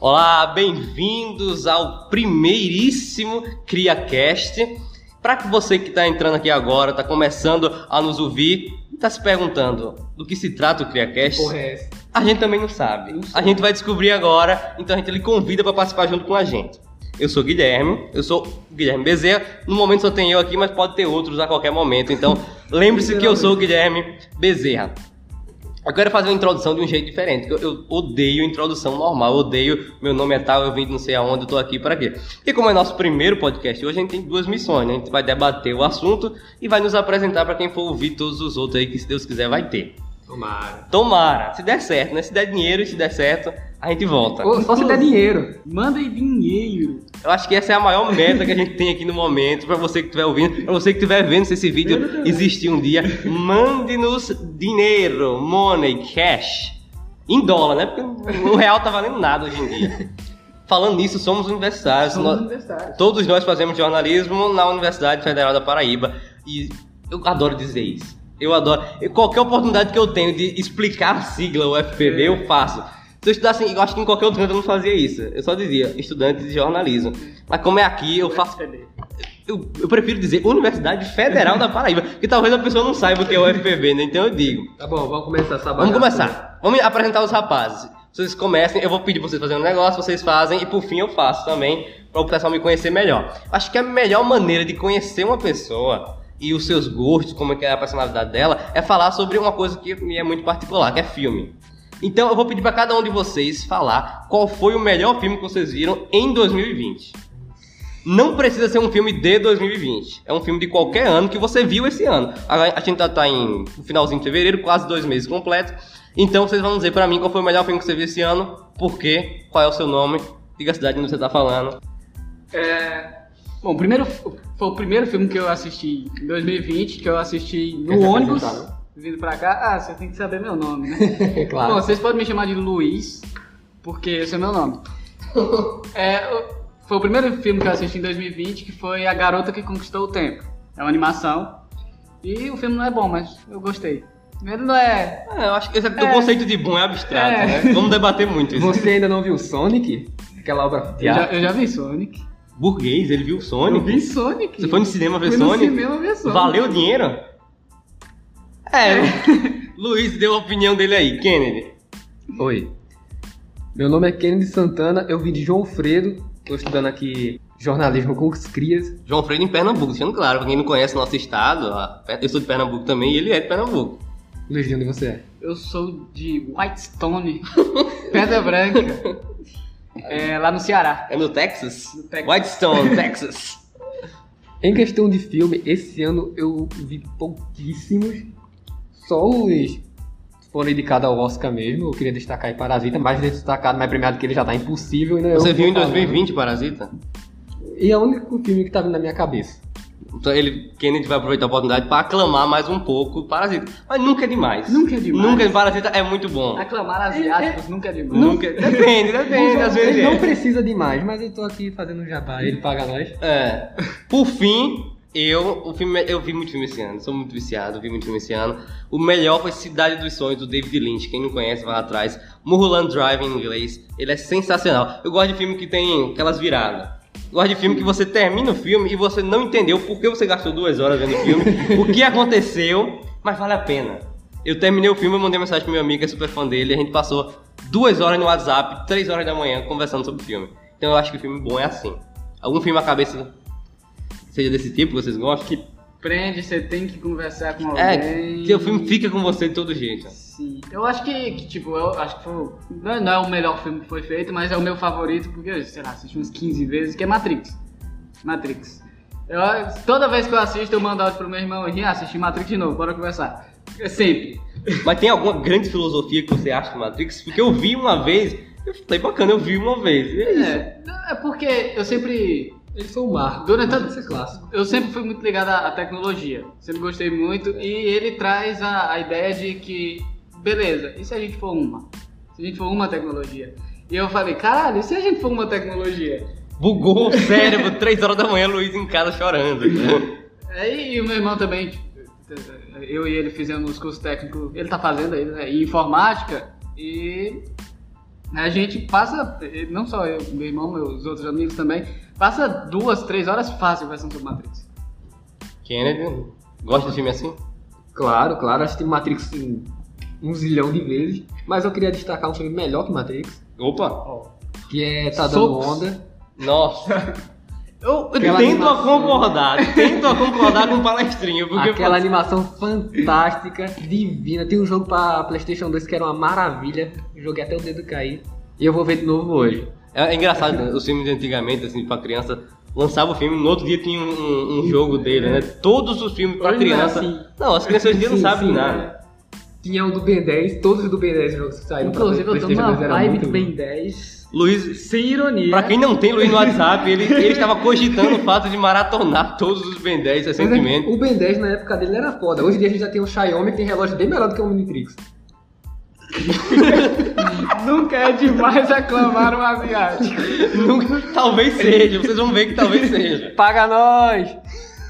Olá, bem-vindos ao primeiríssimo CriaCast. Para que você que está entrando aqui agora, está começando a nos ouvir e está se perguntando do que se trata o CriaCast, Porra, é essa? a gente também não sabe. Não sei. A gente vai descobrir agora, então a gente lhe convida para participar junto com a gente. Eu sou o Guilherme, eu sou o Guilherme Bezerra. No momento só tem eu aqui, mas pode ter outros a qualquer momento. Então, lembre-se que eu sou o Guilherme Bezerra. Eu quero fazer uma introdução de um jeito diferente, que eu, eu odeio introdução normal, eu odeio meu nome é tal, eu vim de não sei aonde, eu tô aqui para quê. E como é nosso primeiro podcast hoje, a gente tem duas missões, né? A gente vai debater o assunto e vai nos apresentar para quem for ouvir todos os outros aí que se Deus quiser vai ter. Tomara. Tomara, se der certo, né? Se der dinheiro e se der certo, a gente volta. Ô, só se der dinheiro. Manda aí dinheiro. Eu acho que essa é a maior meta que a gente tem aqui no momento. Pra você que estiver ouvindo, pra você que estiver vendo se esse vídeo existir um dia, mande-nos dinheiro, money, cash. Em dólar, né? Porque o real tá valendo nada hoje em dia. Falando nisso, somos um universitários. Somos nós- um universitários. todos nós fazemos jornalismo na Universidade Federal da Paraíba e eu adoro dizer isso. Eu adoro. E Qualquer oportunidade que eu tenho de explicar a sigla UFPB, É. eu faço. Se eu estudasse, eu acho que em qualquer outro canto eu não fazia isso. Eu só dizia estudante de jornalismo. Mas como é aqui, eu faço. FPB. Eu, eu prefiro dizer Universidade Federal da Paraíba, que talvez a pessoa não saiba o que é UFPB, né? Então eu digo. Tá bom, vamos começar essa Vamos bagaça. começar. Vamos apresentar os rapazes. Vocês comecem, eu vou pedir pra vocês fazerem um negócio, vocês fazem e por fim eu faço também, para o pessoal me conhecer melhor. Acho que a melhor maneira de conhecer uma pessoa e os seus gostos, como é que é a personalidade dela, é falar sobre uma coisa que me é muito particular, que é filme. Então eu vou pedir pra cada um de vocês falar qual foi o melhor filme que vocês viram em 2020. Não precisa ser um filme de 2020. É um filme de qualquer ano que você viu esse ano. Agora, A gente tá, tá em no finalzinho de fevereiro, quase dois meses completos. Então vocês vão dizer pra mim qual foi o melhor filme que você viu esse ano, por quê, qual é o seu nome, diga a cidade onde você tá falando. É... Bom, o primeiro, foi o primeiro filme que eu assisti em 2020, que eu assisti Quer no se ônibus, apresentar, vindo pra cá. Ah, você tem que saber meu nome, né? É Bom, vocês podem me chamar de Luiz, porque esse é meu nome. É, o- foi o primeiro filme que eu assisti em 2020, que foi A Garota que Conquistou o Tempo. É uma animação. E o filme não é bom, mas eu gostei. Ele não é. eu acho que esse aqui, o É. conceito de bom é abstrato, É. né? Vamos debater muito isso. Você ainda não viu Sonic? Aquela obra de Eu É? já, arte? eu já vi Sonic. Burguês, ele viu o Eu Sonic? vi Sonic. Você foi no cinema ver Fui Sonic? cinema ver Sonic. Valeu o dinheiro? É. Luiz deu a opinião dele aí, Kennedy. Oi. Meu nome é Kennedy Santana, eu vim de João Fredo, tô estudando aqui jornalismo com os crias. João Freire em Pernambuco, sendo claro, pra quem não conhece o nosso estado, a- eu sou de Pernambuco também e ele é de Pernambuco. Luiz, de onde você é? Eu sou de Whitestone, Pedra Branca. É, lá no Ceará. É no Texas? No Texas. Whitestone, Texas. Em questão de filme, esse ano eu vi pouquíssimos, só os que foram indicados ao Oscar mesmo. Eu queria destacar aí Parasita, mais destacado, mais premiado que ele já tá impossível. Ainda Você eu viu em tô falando. 2020 Parasita? E é o único filme que tá vindo na minha cabeça. Então ele, Kennedy vai aproveitar a oportunidade pra aclamar mais um pouco Parasita. Mas nunca é demais. Nunca é demais. Nunca Parasita é muito bom. Aclamar asiáticos nunca é demais. Nunca. Depende, depende, às vezes Ele é. não precisa de mais, mas eu tô aqui fazendo um jabá, ele paga nós. É. Por fim, eu, o filme, eu vi muito filme esse ano. Sou muito viciado, vi muito filme esse ano. O melhor foi Cidade dos Sonhos, do David Lynch. Quem não conhece, vai lá atrás. Mulholland Drive, em inglês. Ele é sensacional. Eu gosto de filme que tem aquelas viradas. Eu Gosto de filme que você termina o filme e você não entendeu por que você gastou duas horas vendo o filme, o que aconteceu, mas vale a pena. Eu terminei o filme, eu mandei mensagem pro meu amigo, que é super fã dele, e a gente passou duas horas no WhatsApp, três horas da manhã, conversando sobre o filme. Então eu acho que o filme bom é assim. Algum filme a cabeça que seja desse tipo, que vocês gostam? Que... Prende, você tem que conversar com alguém. É, que o filme fica com você de todo jeito. Sim. Eu acho que, que, tipo, eu acho que foi. o- Não é, não é o melhor filme que foi feito, mas é o meu favorito, porque eu, sei lá, assisti umas 15 vezes, que é Matrix. Matrix. Eu, toda vez que eu assisto, eu mando áudio pro meu irmão e assisti Matrix de novo, bora conversar. É sempre. Mas tem alguma grande filosofia que você acha do Matrix? Porque eu vi uma vez, eu falei, bacana, eu vi uma vez. E é isso. É, não, é porque eu sempre. Ele foi o marco. Durante todo- esse clássico. Eu sempre fui muito ligado à, à tecnologia, sempre gostei muito, e ele traz a, a ideia de que, beleza, e se a gente for uma? Se a gente for uma tecnologia? E eu falei, caralho, e se a gente for uma tecnologia? Bugou o cérebro, três horas da manhã, Luiz em casa chorando. Aí e o meu irmão também, tipo, eu e ele fizemos curso técnico, ele tá fazendo aí, né, em informática, e A gente passa, não só eu, meu irmão, meus outros amigos também, passa duas, três horas fácil conversando sobre Matrix. Kennedy, gosta de filme assim? Claro, claro, assisti Matrix em um zilhão de vezes, mas eu queria destacar um filme melhor que Matrix, Opa! que é Tá Dando Socos. Onda. Nossa! Eu eu Aquela tento a animação. concordar, tento a concordar com o palestrinho, porque Aquela animação fantástica, divina. Tem um jogo pra Playstation 2 que era uma maravilha. Joguei até o dedo cair. E eu vou ver de novo hoje. É engraçado, né? os filmes de antigamente, assim, pra criança, lançava o filme, no outro dia tinha um, um- um jogo dele, né? Todos os filmes pra Hoje não é criança. assim. Não, as crianças hoje em dia não Sim, sabem sim, nada. né? Tinha um do Ben 10, todos os do Ben 10 jogos que saíram pra Inclusive, eu tô PlayStation numa 2 era vibe muito do bom. Ben 10. Luiz, Sem ironia. pra quem não tem Luiz no WhatsApp, ele, ele estava cogitando o fato de maratonar todos os Ben 10 Mas é que recentemente. O Ben 10 na época dele era foda. Hoje em dia a gente já tem um Xiaomi que tem relógio bem melhor do que o Omnitrix. Nunca é demais aclamar um asiático. Nunca- talvez seja, vocês vão ver que talvez seja. Paga nós!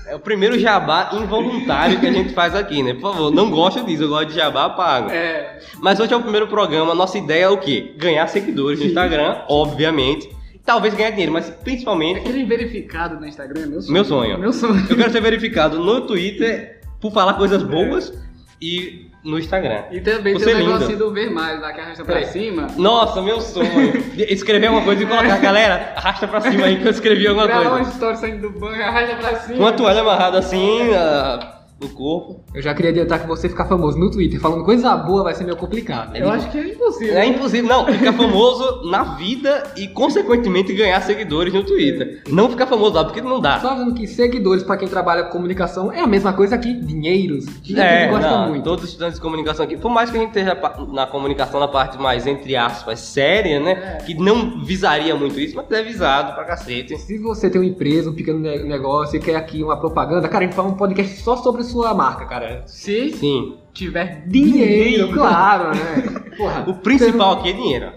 É o primeiro jabá involuntário que a gente faz aqui, né? Por favor, não gosta disso, eu gosto de jabá pago. É, Mas hoje é o primeiro programa, nossa ideia é o quê? Ganhar seguidores no Instagram, obviamente. Talvez ganhar dinheiro, mas principalmente aquele verificado no Instagram é meu sonho. meu sonho. Meu sonho. Eu quero ser verificado no Twitter por falar coisas boas e no Instagram. E também Você tem o é lindo. negocinho do ver mais lá que arrasta pra Peraí. cima. Nossa, meu sonho. De Escrever alguma coisa e colocar, galera, arrasta pra cima aí que eu escrevi alguma Gravar uma coisa. história saindo do banho, arrasta pra cima. Com a toalha amarrada assim ah, no corpo. Eu já queria adiantar que você ficar famoso no Twitter falando coisa boa vai ser meio complicado. Eu acho que é impossível. É impossível, não, ficar famoso na vida e, consequentemente, ganhar seguidores no Twitter. Não ficar famoso lá, porque não dá. Só dizendo que seguidores pra quem trabalha com comunicação é a mesma coisa que dinheiros. Dinheiro É, que gosta não, muito. todos os estudantes de comunicação aqui, por mais que a gente esteja pa- na comunicação na parte mais, entre aspas, séria, né? É. Que não visaria muito isso, mas é visado pra cacete. Se você tem uma empresa, um pequeno ne- negócio e quer aqui uma propaganda, cara, a gente faz um podcast só sobre sua marca, cara. Se Sim. tiver Dinheiro, dinheiro, claro, né? Porra, O principal aqui é dinheiro.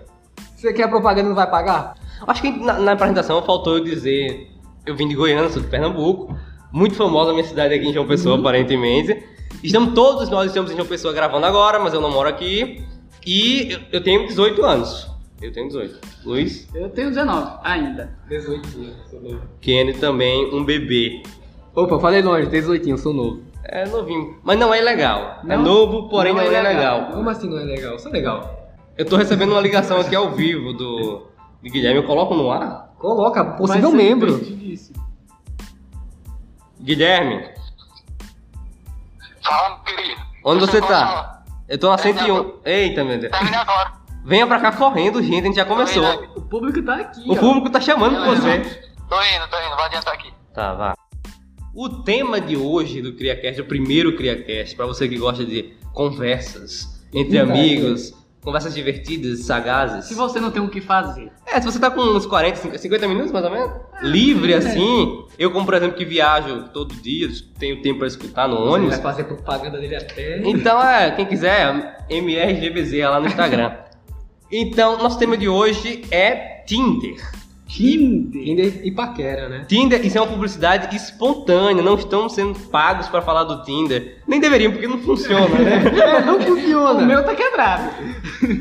Você quer propaganda e não vai pagar? Acho que na, na apresentação faltou eu dizer. Eu vim de Goiânia, sou de Pernambuco. Muito famosa a minha cidade aqui em João Pessoa, Uhum. aparentemente. Estamos todos nós estamos em João Pessoa gravando agora, mas eu não moro aqui. E eu, eu tenho 18 anos. Eu tenho 18. Luiz? Eu tenho 19 ainda. 18 sou novo. Kenny também, um bebê. Opa, falei longe, 18 sou novo. É novinho. Mas não é ilegal. É Não? novo, porém não, Não é é ilegal. ilegal. Como assim não é legal? Isso é legal. Eu tô recebendo uma ligação aqui ao vivo do, do Guilherme. Eu coloco no ar? Coloca, possível Vai ser membro. divertidíssimo. Guilherme, Fala, meu querido. onde você Pode falar. tá? Eu tô na 101. Eita, meu Deus. Terminei agora. Venha pra cá correndo, gente. A gente já começou. O público tá aqui. O ó. público tá chamando por você. Tô indo, tô indo. Vou adiantar aqui. Tá, vá. O tema de hoje do CriaCast, o primeiro CriaCast, pra você que gosta de conversas entre Verdade. amigos, conversas divertidas, sagazes. Se você não tem o que fazer. É, se você tá com uns 40, 50, 50 minutos mais ou menos, É. livre assim, eu como por exemplo que viajo todo dia, tenho tempo pra escutar no Você ônibus. vai fazer propaganda dele até. Então é, quem quiser, MRGBZ é lá no Instagram. Então, nosso tema de hoje é Tinder. Tinder. Tinder e paquera, né? Tinder, isso é uma publicidade espontânea, não estamos sendo pagos pra falar do Tinder. Nem deveriam, porque não funciona, né? É, não O funciona. meu tá quebrado.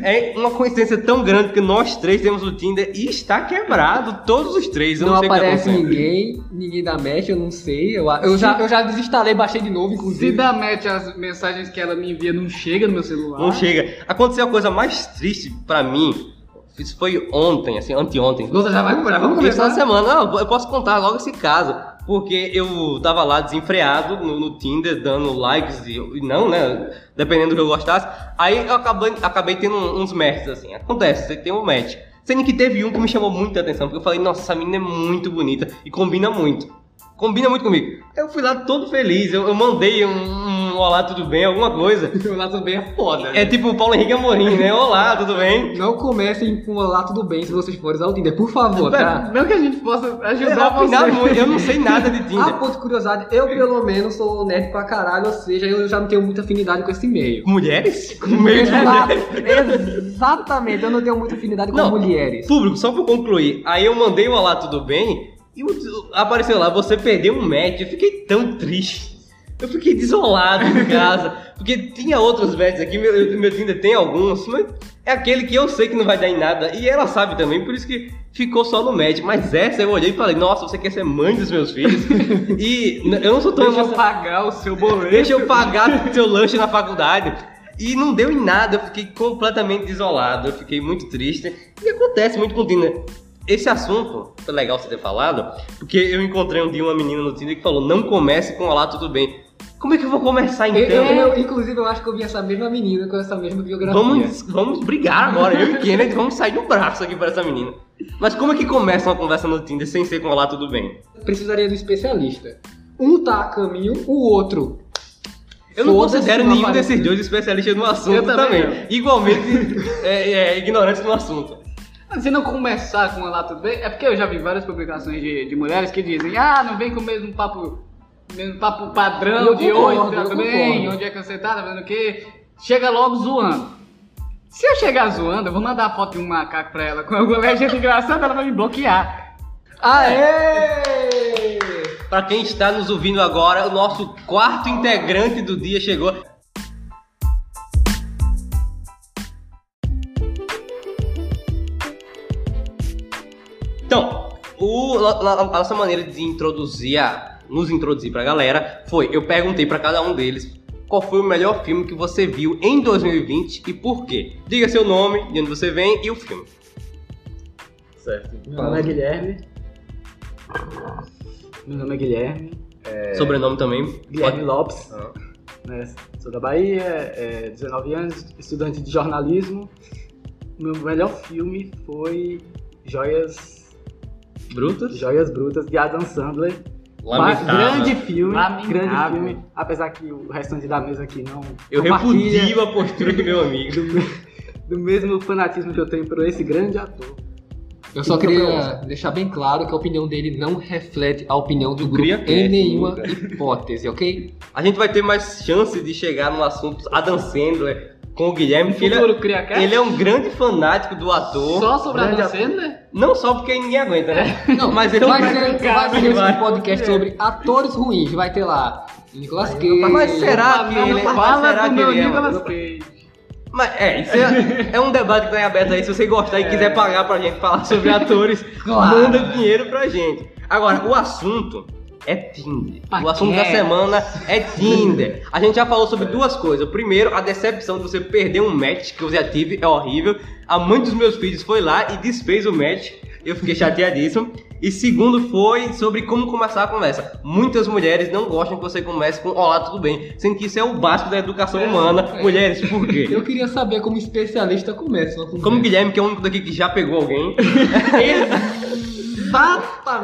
É uma coincidência tão grande que nós três temos o Tinder e está quebrado, todos os três. Eu não, Não sei o que tá aparece acontecendo. ninguém, ninguém dá match, eu não sei. Eu, eu, já, eu já desinstalei, baixei de novo, Se inclusive. dá match as mensagens que ela me envia não chega no meu celular. Não chega. Aconteceu a coisa mais triste pra mim. Isso foi ontem, assim, anteontem. Nossa, já vai comprar, vamos Isso na começar. semana. Ah, eu posso contar logo esse caso. Porque eu tava lá desenfreado no, no Tinder, dando likes e, e não, né? Dependendo do que eu gostasse. Aí eu acabei, acabei tendo um- uns matches, assim. Acontece, você tem um match. Sendo que teve um que me chamou muita atenção, porque eu falei, nossa, essa menina é muito bonita e combina muito. Combina muito comigo. Eu fui lá todo feliz, eu, eu mandei um, um olá, tudo bem, alguma coisa. O lá também é foda. É tipo o Paulo Henrique Amorim, né? Olá, tudo bem? É, Não comecem com olá, tudo bem, se vocês forem usar o Tinder, por favor, tá? Não que a gente possa ajudar Eu, afinal, você. não- eu não sei nada de Ah, Tinder. ponto de curiosidade, eu pelo menos sou nerd pra caralho, ou seja, eu já não tenho muita afinidade com esse meio. Mulheres? No meio de Exato, mulheres? exatamente, eu não tenho muita afinidade com Não. mulheres. Público, só pra eu concluir. Aí eu mandei um olá, tudo bem? E o- apareceu lá, você perdeu um match. Eu fiquei tão triste. Eu fiquei desolado em casa, porque tinha outros bets aqui, meu, eu- meu Tinder tem alguns, mas é aquele que eu sei que não vai dar em nada, e ela sabe também, por isso que ficou só no match. Mas essa eu olhei e falei, nossa, você quer ser mãe dos meus filhos? e n- eu não sou tão Deixa eu emocionado. pagar o seu boleto. Deixa eu pagar seu lanche na faculdade. E não deu em nada, eu fiquei completamente desolado, eu fiquei muito triste. E acontece muito com o Tinder. Esse assunto, foi legal você ter falado, porque eu encontrei um dia uma menina no Tinder que falou, não comece com olá, tudo bem. Como é que eu vou começar Eu- eu- então? eu- inclusive, eu acho que eu vi essa mesma menina com essa mesma biografia. Vamos, vamos brigar agora, eu e Kenneth vamos sair do braço aqui pra essa menina. Mas como é que começa uma conversa no Tinder sem ser com olá, tudo bem? Precisaria do especialista. Um tá a caminho, o outro. Eu não Foda-se, considero não nenhum aparece. desses dois especialistas no assunto Eu também Igualmente é, é, ignorantes no assunto. Se não começar com lá tudo bem, é porque eu já vi várias publicações de, de mulheres que dizem, ah, não vem com o mesmo papo, mesmo papo padrão Eu de concordo, hoje, tá eu bem, concordo. onde é que você tá, tá vendo o quê? Chega logo zoando. Se eu chegar zoando, eu vou mandar a foto de um macaco pra ela com alguma legenda engraçada, ela vai me bloquear. Aê! Pra quem está nos ouvindo agora, o nosso quarto integrante do dia chegou. Então, o- la- la- a nossa maneira de introduzir, a, nos introduzir pra galera, foi eu perguntei pra cada um deles qual foi o melhor filme que você viu em 2020 e por quê. Diga seu nome, de onde você vem e o filme. Certo. Meu nome é Guilherme. Meu nome é Guilherme. Sobrenome também. pode- Lopes. Ah. né, Sou da Bahia, é, 19 anos, estudante de jornalismo. Meu melhor filme foi Joias, Brutus? Joias Brutas de Adam Sandler. Lamentável. grande filme, Lamentável. grande filme. Apesar que o restante da mesa aqui não Eu compartilha repudio a postura do meu amigo. do mesmo fanatismo que eu tenho por esse grande ator. Eu só Então, queria deixar bem claro que a opinião dele não reflete a opinião do grupo Cria em cast, nenhuma nunca. hipótese, ok? A gente vai ter mais chance de chegar no assunto Adam Sandler com o Guilherme, porque ele, é- Futuro Cria Cast? ele é um grande fanático do ator. Só sobre Grande Adam ator. Sandler? É. Não só porque ninguém aguenta, né? Não, mas ele vai vai ser, brincar, vai né? um ser esse Vai. podcast sobre atores ruins. Vai ter lá Nicolas Cage. Mas Ah, será que Não, ele, mas fala será do que meu ele é? Nicolas um- Cage. Mas é, isso é, é um debate que tá em aberto aí. Se você gostar e quiser pagar pra gente falar sobre atores, É. Claro. manda dinheiro pra gente. Agora, o assunto é Tinder. O assunto da semana é Tinder. A gente já falou sobre duas coisas. Primeiro, a decepção de você perder um match que eu já tive é horrível. A mãe dos meus filhos foi lá e desfez o match. Eu fiquei chateadíssimo. E segundo foi sobre como começar a conversa. Muitas mulheres não gostam que você comece com Olá, tudo bem? Sendo que isso é o básico da educação humana. é. Mulheres, por quê? Eu queria saber como especialista começa uma conversa. Como o Guilherme, que é o único daqui que já pegou alguém.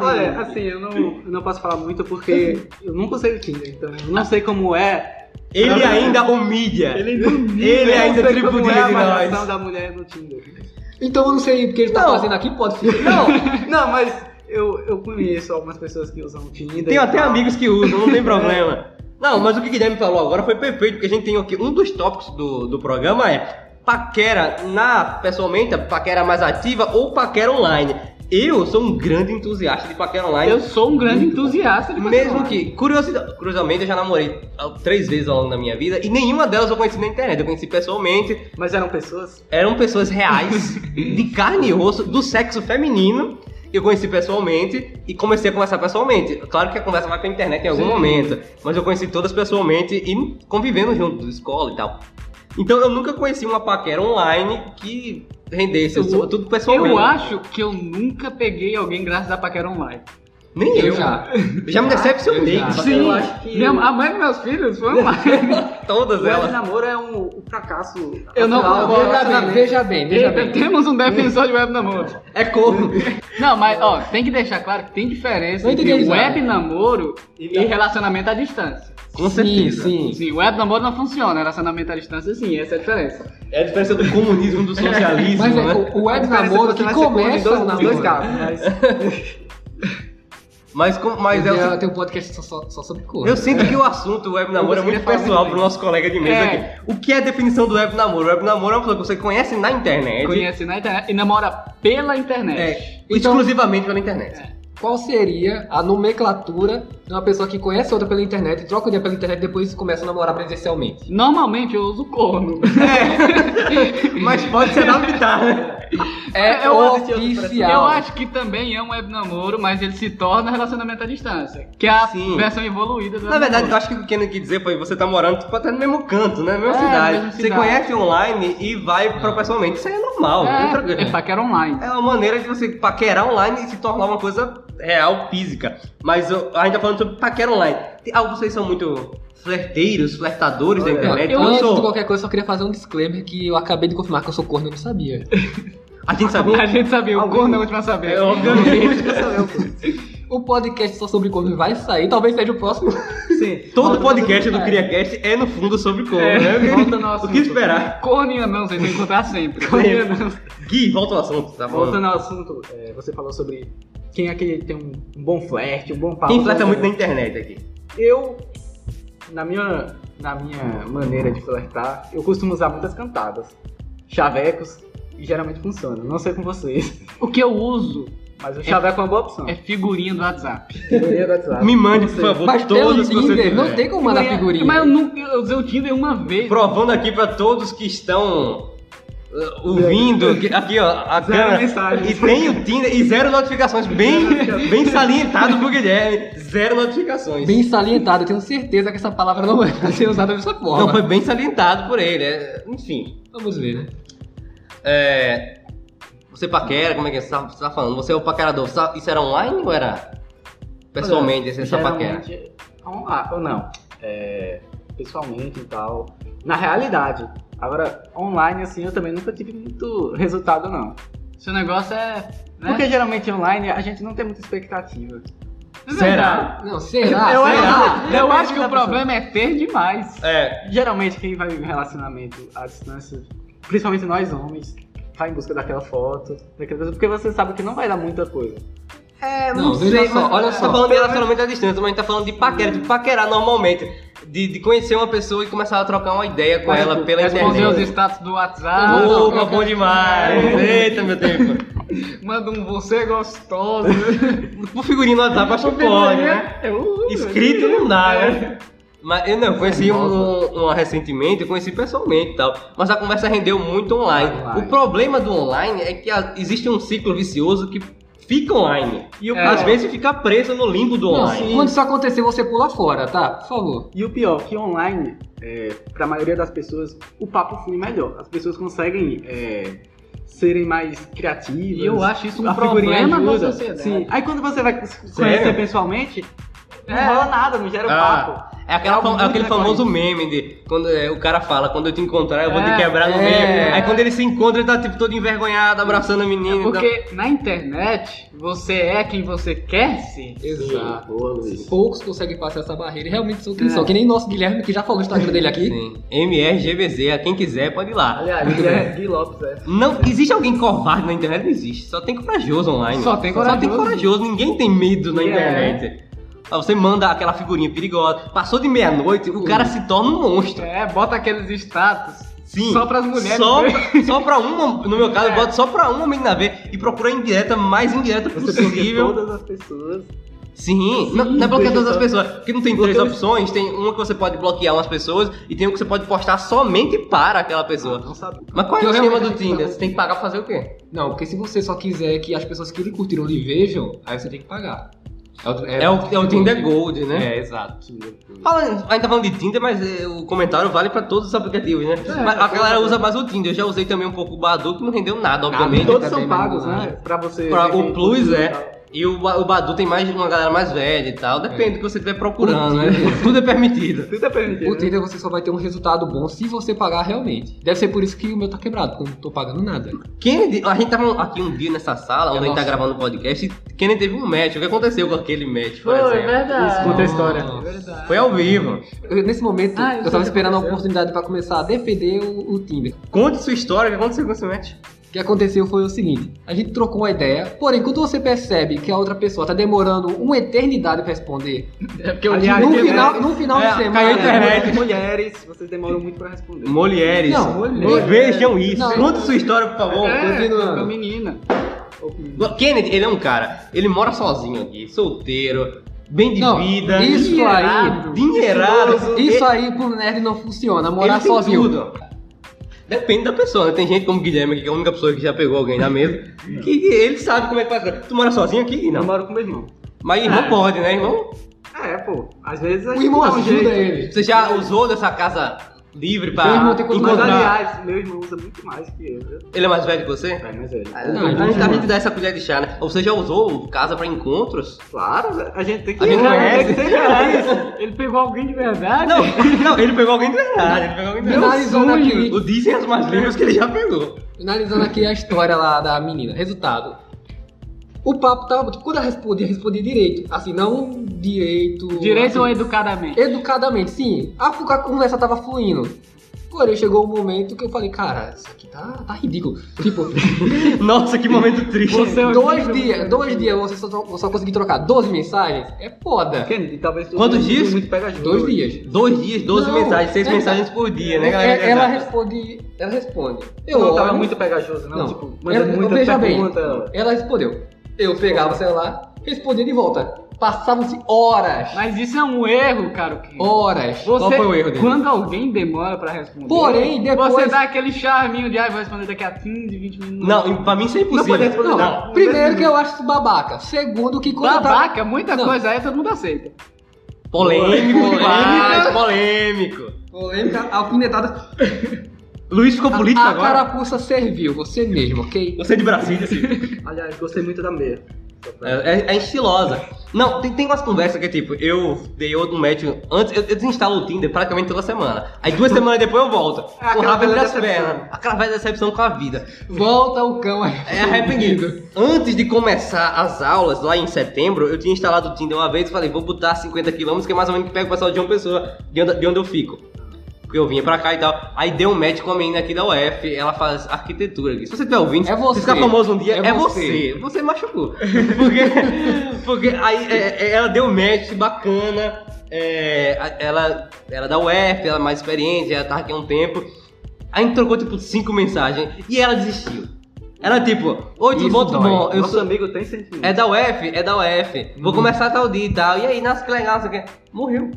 Olha, assim, eu não, eu não posso falar muito porque eu não consigo Tinder, então eu não sei como é. Ele ainda humilha. Ele, ainda eu não sei como é tripudia a de avaliação nós. da mulher no Tinder. Então eu não sei o que ele tá Não. fazendo aqui, pode ser. Não, não, mas eu, eu conheço algumas pessoas que usam o Tinder. Tenho até amigos que usam, não tem problema. Não, mas o que o Guilherme falou agora foi perfeito, porque a gente tem aqui um dos tópicos do, do programa é paquera na pessoalmente, a paquera mais ativa ou paquera online. Eu sou um grande entusiasta de paquera online. Eu sou um grande entusiasta de Mesmo Barcelona. que, curiosidade, curiosamente, eu já namorei ah, três vezes ao longo da minha vida e nenhuma delas eu conheci na internet. Eu conheci pessoalmente, Mas eram pessoas? eram pessoas reais, de carne e osso, do sexo feminino. que Eu conheci pessoalmente e comecei a conversar pessoalmente. Claro que a conversa vai pra internet em algum Sim. momento, mas eu conheci todas pessoalmente e convivendo junto, escola e tal. Então eu nunca conheci uma paquera online que rendesse, eu, Eu- sou tudo um pessoalmente. Eu acho que eu nunca peguei alguém graças a paquera online. Nem eu. Eu já. Já me decepcionei. Eu já. com Sim, paquera eu online. acho que- Minha- a mãe dos meus filhos foi online. Todas O web elas. namoro é um, um fracasso. Eu não- Afinal, eu não- relacionamento- Veja bem, veja bem, veja bem. Temos um defensor de web namoro. É corno. Não, mas ó, tem que deixar claro que tem diferença Não entre entendi, web Zé. namoro e relacionamento à distância. Com Sim, certeza. sim. Sim, web namoro não funciona, relacionamento à distância sim, essa é a diferença. É a diferença do comunismo do socialismo, Mas é, né? o, o a web diferença é namoro que você que vai ser corno em começa dois- o nos namoro. dois casos, É. mas Mas, com- mas é o eu tenho um podcast só, só- só sobre cor. Eu sinto que o assunto web namoro é muito queria falar pessoal muito pro nosso colega de mesa É. aqui. O que é a definição do web namoro? Web namoro é uma pessoa que você conhece na internet. Conhece na internet e namora pela internet. É, exclusivamente pela internet. qual seria a nomenclatura de uma pessoa que conhece outra pela internet, troca o dia pela internet e depois começa a namorar presencialmente? Normalmente eu uso corno. Mas pode ser adaptar, né? É Eu acho que eu- oficial. Eu acho que também é um web namoro, mas ele se torna relacionamento à distância. Que é a Sim. versão evoluída do Na verdade, eu webnamoro. acho que o que ele quis dizer foi você tá morando, tipo, até no mesmo canto, né? Na mesma É, cidade. mesma Você cidade. conhece online e vai pra pessoalmente. Isso aí é normal. não tem problema. é, é paquera online. É uma maneira de você paquerar online e se tornar uma coisa real, física. Mas eu, a gente tá falando sobre paquera online. Tem- Ah, vocês são muito flerteiros, flertadores da Olha, internet. eu, Eu antes de sou. qualquer coisa, eu só queria fazer um disclaimer que eu acabei de confirmar que eu sou corno e eu não sabia. A gente A sabia. gente sabia, o Alguém- corno é a última a saber. É, obviamente. O podcast só sobre corno vai sair, talvez seja o próximo. Sim. Todo Volta- podcast do CriaCast é no fundo sobre como, É, né? volta no O que assunto. esperar? Corno e anão, vocês vão encontrar sempre. Corno e anão. Gui, volta ao assunto, tá bom? Voltando ao assunto, é, você falou sobre quem é que tem um, um bom flerte, um bom papo. Quem flerta muito na internet aqui? Eu, na minha, na minha maneira de flertar, eu costumo usar muitas cantadas, chavecos, e geralmente funciona. Não sei com vocês, O que eu uso mas o chaveco é, uma boa opção. é figurinha do WhatsApp. Figurinha do WhatsApp. Me mande, por favor, Mas tem o todos que você Tinder, tiver. não tem como mandar Figurinha- figurinha. Mas eu nunca eu usei o Tinder uma vez. Provando aqui pra todos que estão uh, ouvindo, que- aqui ó, a Zero câmera. mensagens. E tem o Tinder e zero notificações, bem, bem salientado pro Guilherme, zero notificações. Bem salientado, eu tenho certeza que essa palavra não vai ser usada dessa forma. Não, Então, foi bem salientado por ele, é, enfim. Vamos ver, né? É, você paquera, como é que você tá, você tá falando? Você é o paquerador, você tá- isso era online ou era pessoalmente, essa essa paquera? Geralmente, Vamos lá, ou não. É, pessoalmente e tal. Na realidade. Agora, online, assim, eu também nunca tive muito resultado, não. Seu negócio é. Né? Porque geralmente online a gente não tem muita expectativa. É verdade. Será? Não, será? Eu será? acho- Eu acho que o problema é ter demais. É, Geralmente quem vai em relacionamento à distância, principalmente nós homens, vai em busca daquela foto, daquela coisa, porque você sabe que não vai dar muita coisa. É, Não, não, veja sei, só, mas olha a gente só. tá falando de relacionamento à distância, mas a gente tá falando de paquera, de paquerar normalmente. De, de conhecer uma pessoa e começar a trocar uma ideia com Mas, ela é, tipo, pela Responder os internet. status do Ah, WhatsApp. Opa, bom demais! Eita, meu tempo! Manda um você gostoso. Por figurinha no WhatsApp, acho que pode, tá né? Eu- Escrito não dá, né? Mas eu não, eu conheci um, Nossa. um recentemente, eu conheci pessoalmente e tal. Mas a conversa rendeu muito online. Online. O problema do online é que a- existe um ciclo vicioso que fica online. E o, É. Às pior, vezes fica preso no limbo do Não, online. quando isso acontecer, você pula fora, tá? Por favor. e o pior, que online, é, pra maioria das pessoas, o papo flui melhor. As pessoas conseguem é, serem mais criativas. E eu acho isso um a figurinha problema da ajuda. sociedade. Sim. Aí quando você vai se Sério? conhecer pessoalmente, não É. rola nada, não gera Ah. papo. É, aquela É algo fam- muito aquele recorrente. famoso meme de quando é, o cara fala, quando eu te encontrar, eu vou É, te quebrar no é. meio. Aí quando ele se encontra, ele tá tipo todo envergonhado, abraçando a menina. e tal. É Porque na internet você é quem você quer ser. Exato. Boa, Luiz. Poucos conseguem passar essa barreira e realmente são quem É. são. Que nem nosso Guilherme, que já falou o Instagram dele aqui. Sim. MRGBZ, quem quiser pode ir lá. Aliás, Muito Gui- bem. Gui Lopes é. Não existe alguém covarde na internet, não existe. Só tem corajoso online. Só tem Só tem corajoso. corajoso, ninguém tem medo na É. internet. Aí Você manda aquela figurinha perigosa. Passou de meia-noite, o cara se torna um monstro. É, bota aqueles status. Sim. Só pras mulheres. Só, né? só pra uma, no meu caso, eu É. boto só pra uma menina ver e procura a indireta mais indireta Você tem possível. todas as pessoas. Sim, não, não é bloquear todas as pessoas. Porque não tem três opções, tem uma que você pode bloquear umas pessoas e tem uma que você pode postar somente para aquela pessoa. Não sabe. Mas qual é Eu o esquema do realmente Tinder? tenho que pagar. Você tem que pagar pra fazer o quê? Não, porque se você só quiser que as pessoas que lhe curtiram lhe vejam, aí você tem que pagar. É o, É o, é o Tinder Gold, né? É, exato. Falando, ainda tá falando de Tinder, mas eh, o comentário vale pra todos os aplicativos, né? Mas a galera usa mais o Tinder. Eu já usei também um pouco o Badu, que não rendeu nada, obviamente. Todos também, são pagos, mas não né? Pra você. Pra- ver o quem- Plus e é. tal. E o, Ba- o Badu tem mais uma galera mais velha e tal. Depende do que você estiver procurando, né? Tudo é permitido. Tudo é permitido. O Tinder você só vai ter um resultado bom se você pagar realmente. Deve ser por isso que o meu tá quebrado, porque eu não tô pagando nada. Kennedy, a gente tava aqui um dia nessa sala, onde a gente tá Nossa. gravando o podcast, e Kennedy teve um match. O que aconteceu com aquele match, por exemplo? É verdade. Isso, conta a história. Verdade. Foi ao vivo. Eu- nesse momento, Ah, eu eu, sei tava o que esperando a aconteceu. oportunidade pra começar a defender o, o Tinder. Conte sua história, o que aconteceu com esse match? O que aconteceu foi o seguinte: a gente trocou uma ideia, porém, quando você percebe que a outra pessoa tá demorando uma eternidade pra responder, É porque eu Aliás, no tem- final, no final é, de semana. caiu a internet. Mulheres, vocês demoram muito pra responder. Mulheres. Não, Vejam isso. Não. Conte sua história, por favor. É, Continuando. a menina. Kennedy, ele é um cara, ele mora sozinho aqui, solteiro, bem de Não, vida, isso dinheirado, dinheirado. Isso aí pro nerd não funciona, morar Ele tem sozinho. tudo. Depende da pessoa, né? Tem gente como o Guilherme, que é a única pessoa que já pegou alguém na mesa, que, que ele sabe como é que faz. Tu mora sozinho aqui? Eu Não. moro com meu irmão. Mas irmão pode, né, irmão? É, pô. Às vezes a O gente irmão dá um jeito. ajuda ele. Você já usou dessa casa livre Seu pra irmão tem quantos Mas encontrar- aliás, meu irmão usa muito mais que eu. viu? Ele é mais velho que você? É, mas ele. Não, a, então gente, a não. gente dá essa colher de chá, né? Ou Você já usou casa pra encontros? Claro, né? a gente tem que A gente tem conhece. que ser reais. Ele pegou alguém de verdade? Não, não, ele pegou alguém de verdade, ele pegou alguém de verdade. Finalizando aqui, O dizem as mais línguas que ele já pegou. Finalizando aqui a história lá da menina. Resultado. O papo tava. Quando ela respondia, respondia direito. Assim, não direito. Direito ou assim, educadamente? Educadamente, sim. A, fu- a conversa tava fluindo. Porém, chegou um momento que eu falei, cara, isso aqui tá, tá ridículo. Tipo, um Nossa, que momento triste. Você é dois horrível. dias, dois dias você só, eu só consegui trocar 12 mensagens? É foda. Kennedy, né? talvez tu Quantos tu- dias? muito pegajoso. Dois dias. Dois dias, 12 Não, mensagens, seis é- mensagens por dia, né, galera? É- Ela Exato. responde. Ela responde. Eu Eu não tava olho- muito pegajoso, não. Não, Tipo, ela, mandando muita veja bem, pergunta. ela respondeu. Eu pegava o celular, respondia de volta. Passavam-se horas. Mas isso é um erro, cara. Ken. Horas. Você, Qual foi o erro dele? Quando alguém demora pra responder, Porém, depois- você dá aquele charminho de, ah, vou responder daqui a 15, 20 minutos. Não, pra mim isso é impossível. pode responder, Não, não. primeiro que eu acho isso babaca. Segundo que quando eu tava- Babaca, muita Não. coisa aí todo mundo aceita. Polêmico, Polêmica. demais, polêmico. Polêmica, alfinetada. Luiz É ficou político tá a, a agora. carapuça serviu, você mesmo, ok? Você é de Brasília, assim. Aliás, gostei muito da meia. É, é- é estilosa. Não, tem, tem umas conversas que, tipo, eu dei outro match antes, eu, eu desinstalo o Tinder praticamente toda semana. Aí duas semanas depois eu volto. Ah, Com o aquela rabo entre velha as decepção. pernas. Aquela velha decepção com a vida. Volta o cão É arrependido. Antes de começar as aulas, lá em setembro, eu tinha instalado o Tinder uma vez e falei, vou botar 50 km, que é mais ou menos que pega o pessoal de uma pessoa, de onde, de onde eu fico. Porque eu vinha pra cá e tal. Aí deu um match com uma menina aqui da UF, ela faz arquitetura aqui. Se você tiver ouvindo, É você. se ficar famoso um dia, É é, você. você. Você, machucou. Porque, porque aí é, é, ela deu match bacana. é, a- ela, ela da UF, ela é mais experiente, ela tá aqui há um tempo. A gente trocou tipo cinco mensagens e ela desistiu. Ela tipo, oi, tudo Isso bom, tudo dói. bom? Eu Nosso sou- amigo tem sentimento. É da UF? É da UF. Vou Uhum. começar tal dia e tal. E aí, nossa, que legal, não sei o quê. Morreu.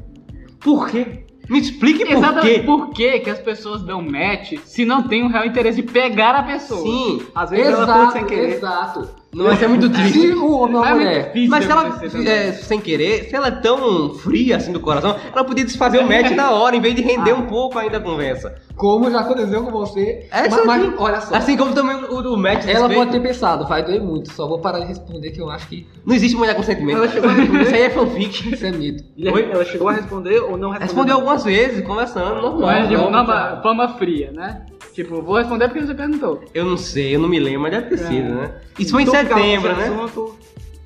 Por quê? Me explique por Exatamente quê. por que, que as pessoas dão match se não tem um real interesse de pegar a pessoa? Sim. Às vezes ela pode É, sem Exato, querer. exato. Não vai ser muito Se triste. o homem ou a É muito mulher difícil Mas se ela, acontecer também. é, sem querer, se ela é tão fria assim do coração, ela podia desfazer o match na hora, em vez de render Ah. um pouco ainda a conversa. Como já aconteceu com você. É, mas, isso mas aqui. olha só. Assim como também o, o match ela desfeito. pode ter pensado, vai doer muito, só vou parar de responder que eu acho que Não existe mulher com sentimento. Ela chegou a responder. Isso aí é fanfic. isso é mito. Guilherme, Oi? Ela chegou a responder ou não respondeu? Respondeu algumas vezes, conversando, normal. Mas, tipo, Não, uma ba- fama fria, né? Tipo, vou responder porque você perguntou. Eu não sei, eu não me lembro, mas deve ter sido, né? Isso foi em Tu ficava com setembro, esse né? assunto,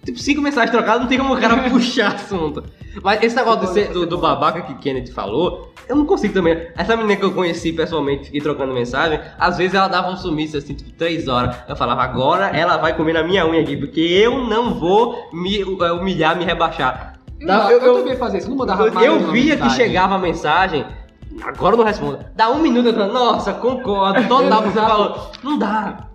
Tipo, cinco mensagens trocadas, não tem como o cara puxar assunto. Mas esse negócio do, ser- do, do babaca que Kennedy falou, eu não consigo também. Essa menina que eu conheci pessoalmente, fiquei trocando mensagem, às vezes ela dava um sumiço, assim, tipo, três horas. Eu falava, agora ela vai comer na minha unha aqui, porque eu não vou me eh, humilhar, me rebaixar. Dá- eu, eu também fazia isso, não mandava mais Eu uma via que mensagem. chegava a mensagem, agora eu não respondo. Dá um minuto eu falo, nossa, concordo, total, você falou, não dá.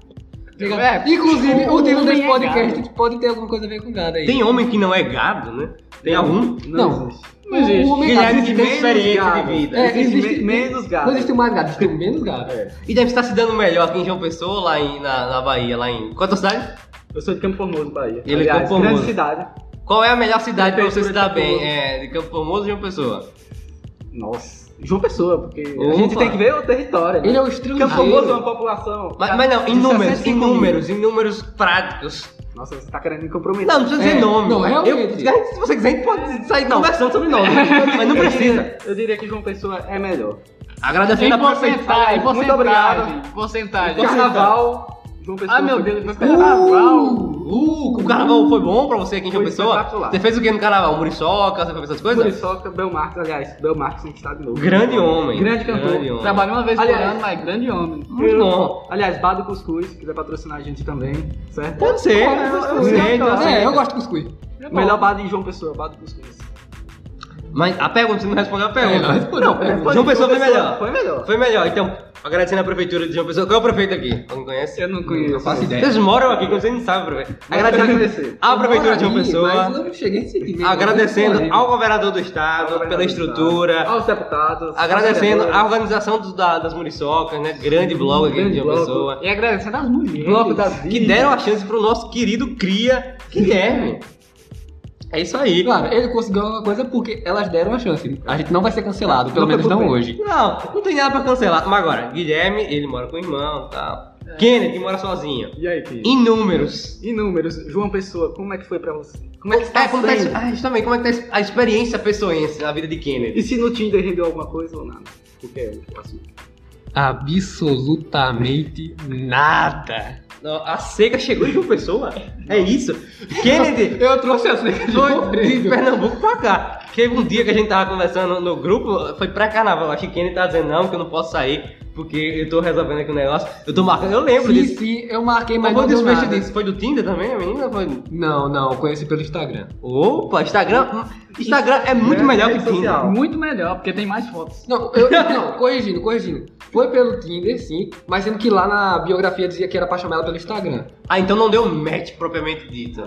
Legal. É, Inclusive, o título homem desse é podcast gado. pode ter alguma coisa a ver com gado aí. um- Tem homem que não é gado, né? Tem algum? Não, Não. existe. Não existe. O homem Guilherme gado que existe tem experiência gado. de vida. É, Existe existe- me- menos gado. Não existe mais gado, existe menos gado. É. E deve estar se dando melhor aqui em João Pessoa, lá em, na, na Bahia, lá em. Qual é a tua cidade? Eu sou de Campo Formoso, Bahia. Ele é Aliás, Campo Formoso. grande cidade. Qual é a melhor cidade pra você se dar Prefeitura de bem? É, de Campo Formoso ou João Pessoa? Nossa. João Pessoa, porque Opa. um a gente tem que ver o território. né? Ele é o estrangeiro. Campo Formoso é uma população. Tá. Mas, mas não, em de números, 65 em mil. números, em números práticos. Nossa, você tá querendo me comprometer. Não, não precisa dizer É, nome. não, realmente. Eu, se você quiser, a gente pode sair conversando sobre nome. mas não Eu precisa. diria- Eu diria que João Pessoa é melhor. Agradecendo a Em porcentagem, porcentagem. Muito obrigado. porcentagem, porcentagem. Carnaval, João Pessoa. Ah, meu foi- Deus, meu foi- carnaval. Uh, o carnaval foi bom pra você aqui em João Foi Pessoa? espetacular. Você fez o que no carnaval? Muriçoca, você fez essas coisas? Muriçoca, Belmarques, aliás, Belmarques não está de novo. Grande homem. Grande cantor. homem. Trabalhou uma vez por Aliás. ano, mas é grande homem. Muito bom. Aliás, Bado Cuscuz, quiser patrocinar a gente também, certo? Pode ser, eu eu aceito, eu então, gosto. aceito. É, eu gosto de cuscuz. Melhor Bado em João Pessoa, Bado Cuscuz. Mas a pergunta, você não respondeu a É, pergunta. Não, foi- João Pessoa foi Pessoa melhor. foi melhor. Foi melhor. Então, agradecendo a prefeitura de João Pessoa. Qual é o prefeito aqui? Não conhece? É. Eu não conheço. Não faço ideia. Vocês moram aqui, que vocês não sabem, prefeito. agradecer. Agradecendo a prefeitura de João Mas Pessoa. eu não cheguei nesse nível. Agradecendo Eu ao governador do Ao estado governador pela do estrutura. Aos deputados. Agradecendo aos a organização dos- da- das muriçocas, né? Grande blog aqui de grande João bloco. Pessoa. E agradecendo às mulheres. Bloco da vida. Que deram a chance pro nosso querido Cria Guilherme. É isso aí. Claro, ele conseguiu alguma coisa porque elas deram a chance. A gente não vai ser cancelado, pelo Não menos foi por não bem. hoje. Não, não tem nada pra cancelar. Mas agora, Guilherme, ele mora com o irmão e tal. Kennedy mora sozinho. E aí, Cris? Inúmeros. E números, João Pessoa, como é que foi pra você? Como é que está É, como tá, sendo? ah, justamente, como é que tá es- a experiência pessoense na vida de Kennedy? E se no Tinder rendeu alguma coisa ou nada? Porque é o assunto. Absolutamente nada. Não, A seca chegou de uma pessoa? É isso? Kennedy Eu trouxe a seca de foi de horrível. Pernambuco pra cá. Teve um dia que a gente tava conversando no grupo, foi pra carnaval. Acho que Kennedy tava dizendo não, que eu não posso sair, porque eu tô resolvendo aqui o negócio. Eu tô marcando, eu lembro Sim, disso. sim, eu marquei, mas Mas o não deu desfecho nada. disso? Foi do Tinder também, a menina? Foi... Não, não, eu conheci pelo Instagram. Opa, Instagram. Instagram é muito É, melhor que rede social. Tinder. Muito melhor, porque tem mais fotos. Não, eu, não, corrigindo, corrigindo. Foi pelo Tinder, sim, mas sendo que lá na biografia dizia que era pra chamar ela pelo Instagram. Ah, então não deu match propriamente dito.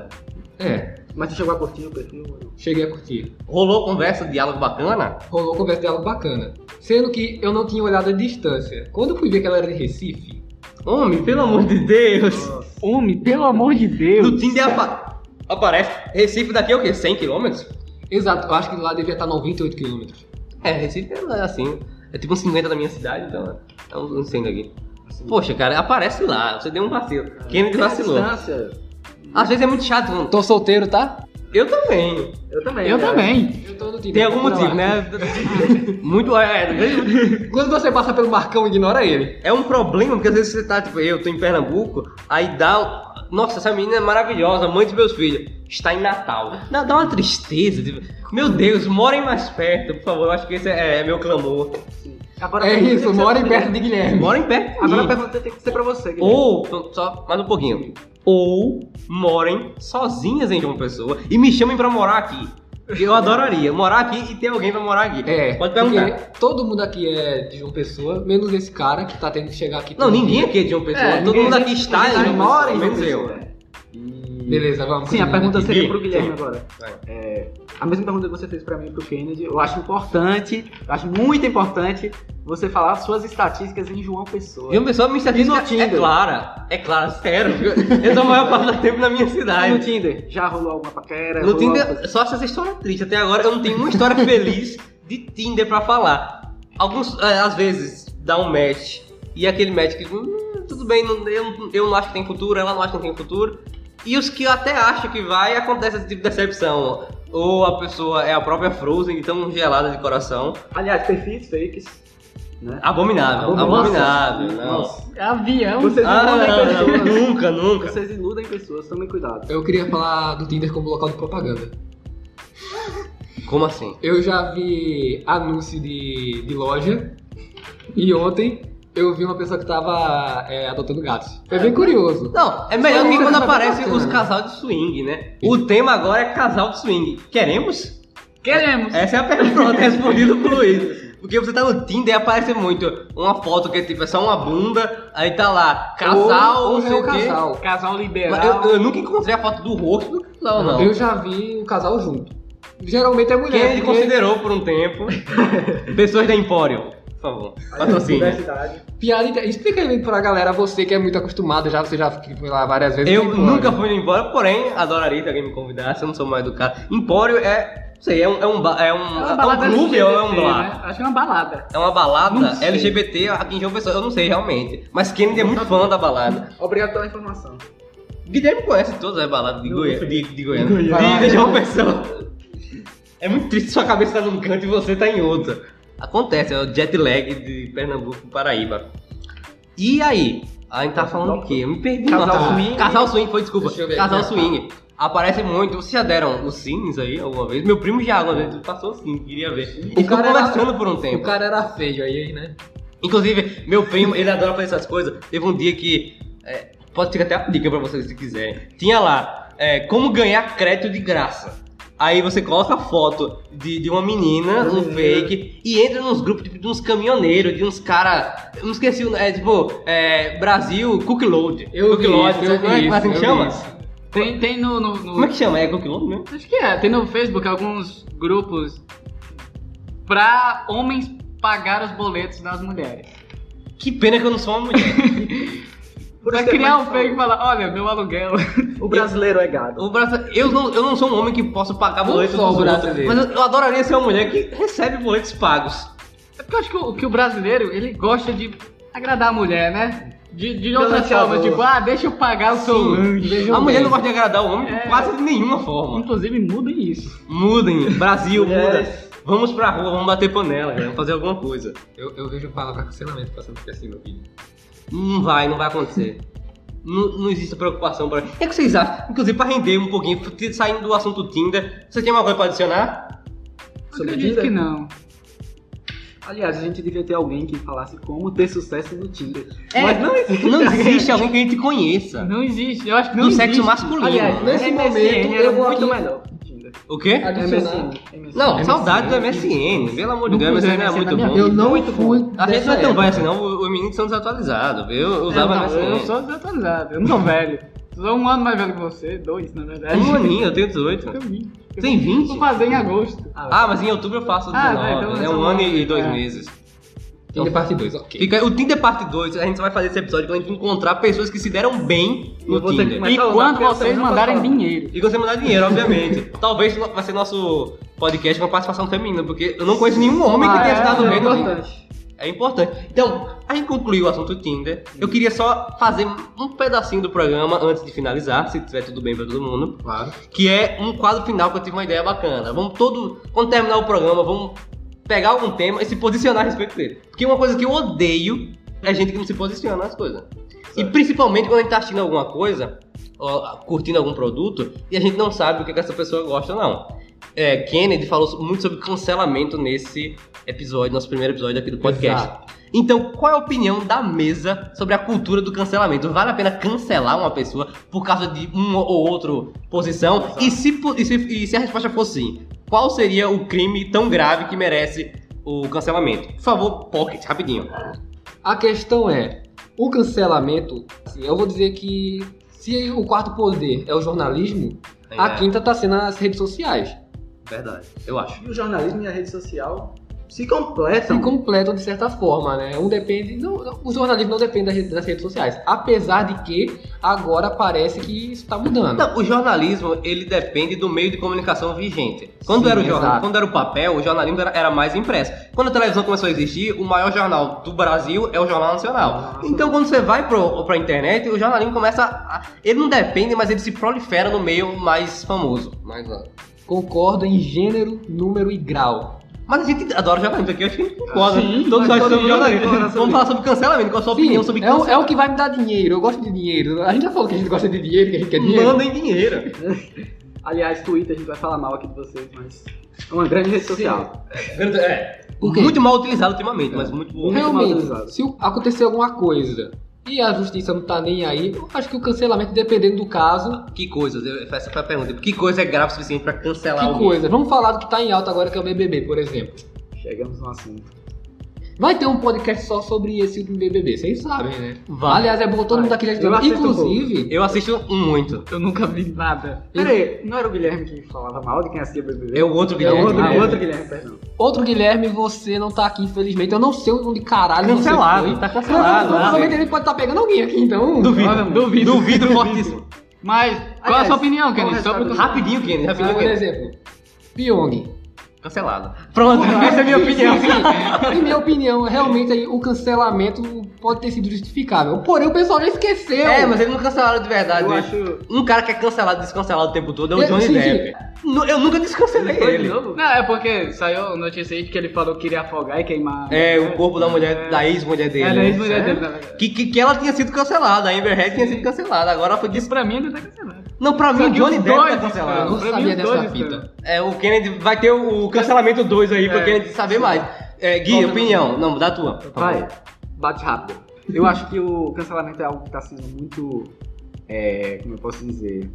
É, Mas você chegou a curtir o perfil ou não? cheguei a curtir. Rolou conversa, diálogo bacana? Rolou conversa dela bacana. Sendo que eu não tinha olhado a distância. Quando eu fui ver que ela era de Recife, Homem, pelo amor de Deus. Homem, pelo amor de Deus. No Tinder apa- aparece. Recife daqui é o quê? 100 quilômetros? exato, eu acho que lá devia estar 98 km. É, Recife é assim. É tipo uns 50 da minha cidade, então é um 100 daqui. Poxa, cara, aparece lá. Você deu um vacilo. Kennedy Tem a vacilou. distância? Às vezes é muito chato. mano. Tô solteiro, tá? Eu também. Eu também. Eu né? também. Eu tô no Tinder. Tem algum procura motivo, lá. né? Muito. É, é, Quando você passa pelo Marcão, ignora ele. É um problema, porque às vezes você tá, tipo, eu tô em Pernambuco, aí dá. Nossa, essa menina é maravilhosa, mãe dos meus filhos. Está em Natal. Dá, dá uma tristeza. Tipo, meu Deus, morem mais perto, por favor. Eu acho que esse é, é meu clamor. Agora, É pergunta isso, tem que mora ser tá? em pra perto de você. Guilherme. Morem perto. de Agora a mim. pergunta tem que ser pra você, Guilherme. Ou, só mais um pouquinho. Ou morem sozinhas em João Pessoa e me chamem pra morar aqui. Eu adoraria morar aqui e ter alguém pra morar aqui. É, Pode perguntar. porque todo mundo aqui é de João Pessoa, menos esse cara que tá tendo que chegar aqui. Não, ninguém aqui é de João Pessoa. É, Todo ninguém- mundo aqui está em Ele João Pessoa, mora Tá, em João menos eu. Pessoa. Beleza, vamos. Sim, a pergunta Gui, seria pro Guilherme sim. agora. Vai. É, a mesma pergunta que você fez pra mim e pro Kennedy, eu acho importante, eu acho muito importante você falar suas estatísticas em João Pessoa. Viu, pessoal? Minha E estatística no é Tinder? clara. É clara, sério. Eu tô a maior parte do tempo na minha E assim no cidade. Tinder, É, já rolou alguma paquera? No Rolou alguma Tinder, só essas histórias tristes. é Até agora eu não tenho uma história feliz de Tinder pra falar. Alguns, é, às vezes, dá um match. E é aquele match que, hum, tudo bem, não- eu, eu não acho que tem futuro, ela não acha que tem futuro. E os que eu até acho que vai, acontece esse tipo de decepção. Ou a pessoa é a própria Frozen, tão gelada de coração. Aliás, perfis fakes. Né? Abominável, abominável. não. Nossa. É Avião. Vocês Ah, iludem não, não, pessoas. nunca, nunca. Vocês iludem pessoas, tomem cuidado. Eu queria falar do Tinder como local de propaganda. Como assim? Eu já vi anúncio de, de loja e ontem eu vi uma pessoa que tava é, adotando gatos. Foi bem curioso. Não, é melhor Só que isso quando que tá aparecem bacana. os casal de swing, né? O tema agora é casal de swing. Queremos? Queremos. Essa é a pergunta respondida pro Luiz. Porque você tá no Tinder e aparece muito uma foto que é tipo, é só uma bunda, aí tá lá, casal, ou, ou não já sei é o o quê. casal. Casal Mas liberal. eu, eu nunca encontrei a foto do rosto do casal, não. Eu já vi o casal junto. Geralmente é Quem mulher. ele porque considerou por um tempo. Pessoas da Empório, por favor. Patrocínio. Diversidade. Piada, inter- explica aí pra galera, você que é muito acostumado, já, você já foi lá várias vezes. Eu Tem como, nunca né? fui no Empório, porém, adoraria que alguém me convidasse, eu não sou mais educado. Empório é. Não sei, é um, é um, ba- é um, É é um clube ou é um LGBT, bar? né? Acho que é uma balada. É uma balada Não sei. LGBT aqui em João Pessoa, eu não sei realmente. Mas Kennedy é muito tá fã da balada. Obrigado pela informação. Guilherme conhece todas as baladas de, Não Goi... sei. de, de Goiânia. De, Vai. de João Pessoa. É muito triste sua cabeça tá num canto e você tá em outro. Acontece, é o jet lag de Pernambuco pro Paraíba. E aí? A gente tá falando o quê? Eu me perdi. Casal nossa. swing. Casal swing, foi desculpa. Deixa eu ver Casal aqui. swing. Aparece muito. Vocês já deram os sims aí alguma vez? Meu primo já alguma vez passou sim, queria ver. E ficou cara era- conversando por um tempo. O cara era feio aí, né? Inclusive, meu primo, ele adora fazer essas coisas. Teve um dia que. É, pode ficar até uma dica pra vocês se quiserem. Tinha lá, é, como ganhar crédito de graça. Aí você coloca a foto de, de uma menina no Uhum. fake e entra nos grupos tipo, de uns caminhoneiros, de uns cara. Eu não esqueci o. É tipo. É, Brasil Cookload. Eu vi Cookload, isso, sabe eu como é vi que assim que isso, eu chama? vi isso. Tem, tem no, no, no- Como é que chama? É Cookload mesmo? Acho que é. Tem no Facebook alguns grupos pra homens pagar os boletos das mulheres. Que pena que eu não sou uma mulher. Por pra isso que é criar um mais- fake e falar, olha, meu aluguel. O brasileiro é gado. O Brasil- eu, não, eu não sou um homem que possa pagar Não boletos sou dos outros, brasileiro. Mas eu, eu adoraria ser uma mulher que recebe boletos pagos. É porque eu acho que o, que o brasileiro, ele gosta de agradar a mulher, né? De, de outra Galanteador. forma, tipo, ah, deixa eu pagar o seu Sim. lanche. deixa eu A mulher ver. não gosta de agradar o homem É. de quase de nenhuma forma. Inclusive, mudem isso. Mudem, É. Brasil, Mulheres. muda. Vamos pra rua, vamos bater panela, cara, vamos fazer alguma coisa. Eu, eu vejo a palavra cancelamento passando por cima do vídeo. Não vai, não vai acontecer. Não, não existe preocupação para. O que, é que vocês acham? Inclusive, pra render um pouquinho, f- saindo do assunto Tinder, você tem alguma coisa pra adicionar? Sobre Acredito Tinder? que não. Aliás, a gente devia ter alguém que falasse como ter sucesso no Tinder. É, Mas não existe. Não existe alguém que a gente conheça. Não existe. Eu acho que não do existe. sexo masculino. Aliás, É. nesse MSN momento assim, era eu vou muito É muito melhor. Tinder. O quê? Adicionar. MSN. Não, MSN. saudade do MSN. Pelo amor de Nunca Deus, MSN usei era MSN na é muito minha bom. vida. Eu não Muito bom. fui. A gente dessa não é tão época. bom assim, não. Os meninos são desatualizados. Eu É, usava não, MSN. eu sou desatualizado, eu não sou velho. Sou um ano mais velho que você, dois, na verdade. Um aninho, eu tenho 18. Eu vim. Eu Tem 20? Vou fazer em agosto. Ah, mas em outubro eu faço Ah, 19. então é são um ano e nove, dois é. meses. Tinder parte 2, ok. Fica, o Tinder parte 2, a gente só vai fazer esse episódio quando a gente encontrar pessoas que se deram bem no Eu vou ter que Tinder. Mas e tá usando, quando porque eu Ah, vocês também não tô mandarem falando. dinheiro. E você mandar dinheiro, obviamente. Talvez no- vai ser nosso podcast com a participação feminina, porque eu não conheço nenhum homem que Ah, tenha se dado é bem no Tinder. importante. É importante. Então, a gente concluiu o assunto Tinder. Eu queria só fazer um pedacinho do programa antes de finalizar, se tiver tudo bem pra todo mundo. Claro. que é um quadro final que eu tive uma ideia bacana. Vamos todo, quando terminar o programa, vamos pegar algum tema e se posicionar a respeito dele. Porque uma coisa que eu odeio é gente que não se posiciona nas coisas. E principalmente quando a gente tá assistindo alguma coisa, ó, curtindo algum produto, e a gente não sabe o que, que essa pessoa gosta, não. É, Kennedy falou muito sobre cancelamento nesse episódio, nosso primeiro episódio aqui do podcast. Então, qual é a opinião da mesa sobre a cultura do cancelamento? Vale a pena cancelar uma pessoa por causa de uma ou outra posição? E se, po- e se- e se a resposta for sim, qual seria o crime tão grave que merece o cancelamento? Por favor, Pocket, rapidinho. A questão é, o cancelamento, assim, eu vou dizer que se o quarto poder é o jornalismo, a É. quinta tá sendo as redes sociais. verdade, eu acho. E o jornalismo e a rede social se Então. completam. Se completam de certa forma, né? Um depende. Não, não, o jornalismo não depende das, redes- das redes sociais. Apesar de que agora parece que isso tá Não, mudando. Então, o jornalismo, ele depende do meio de comunicação vigente. Quando, Sim, era, o jornal, exato. quando era o papel, o jornalismo era, era mais impresso. Quando a televisão começou a existir, o maior jornal do Brasil é o Jornal Nacional. Então, quando você vai pro, pra internet, o jornalismo começa a... Ele não depende, mas ele se prolifera no meio mais famoso. Mais lá. Concordo em gênero, número e grau. Mas a gente adora jornalismo aqui, eu acho que a gente concorda. Sim, Todos mas nós todo somos mundo jornalistas. concorda sobre Vamos falar sobre cancelamento, qual a sua né, Sim, opinião sobre é, o, cancelamento. é o que vai me dar dinheiro. Eu gosto de dinheiro. A gente já falou que a gente gosta de dinheiro, que a gente quer dinheiro. Mandem dinheiro. Aliás, Twitter, a gente vai falar mal aqui de vocês, mas é uma grande rede social. É. O quê? É. Muito mal utilizado ultimamente, mas muito bom. Muito mal Realmente, utilizado. se o- acontecer alguma coisa e a justiça não tá nem aí, eu acho que o cancelamento, dependendo do caso, Que coisas? Eu- Essa foi a pergunta. Que coisa é grave o suficiente pra cancelar que alguém? coisa. Vamos falar do que tá em alta agora, que é o BBB, por exemplo. Chegamos no assunto. Vai ter um podcast só sobre esse último BBB, vocês sabem, né? Vai. Aliás, é bom todo mundo aqui já Eu estudou. assisto Inclusive, Eu assisto muito. Eu nunca vi nada. Peraí, não era o Guilherme que falava mal de quem assistia BBB? É o outro É o Guilherme. outro, Guilherme. o outro Guilherme, perdão. outro Guilherme, você não tá aqui, infelizmente. Eu não sei onde caralho você Cancelado, foi. tá cancelado. Provavelmente ele pode estar pegando alguém aqui, então. Duvido, Olha, duvido, duvido. duvido fortíssimo. Mas, qual é a Aliás, sua opinião, qual Kennedy? o Sobre o resultado? Rapidinho, Kenny, Ah, rapidinho, por Kenny. exemplo, Pyong. Cancelado. Pronto, essa é a minha opinião. Sim, Em minha opinião, realmente aí, o cancelamento pode ter sido justificável. Porém, o pessoal já esqueceu. É, mas eles não cancelaram de verdade. Eu né? acho... Um cara que é cancelado, descancelado o tempo todo é o É, Johnny sim, Depp. Nu- Eu nunca descancelei Foi de ele. novo? Não, é porque saiu notícia aí de que ele falou que iria afogar e queimar. né? É, o corpo da mulher, da ex-mulher dele. É, da né? ex-mulher Sério? dele, na verdade. Que, que, que ela tinha sido cancelada, a Amber Heard tinha sido cancelada, agora ela foi Isso des... pra mim ainda tá cancelado. Não, pra mim Só o que Johnny os Depp tá dois, cancelado. Eu não Pra mim, sabia os dessa dois fita. É, o Kennedy vai ter o, o cancelamento 2 aí pra É. Kennedy saber mais. É, Gui, Volta opinião. Não, dá a tua. por favor. Vai, bate rápido. Eu acho que o tá cancelamento é algo que está sendo muito. é, como eu posso dizer?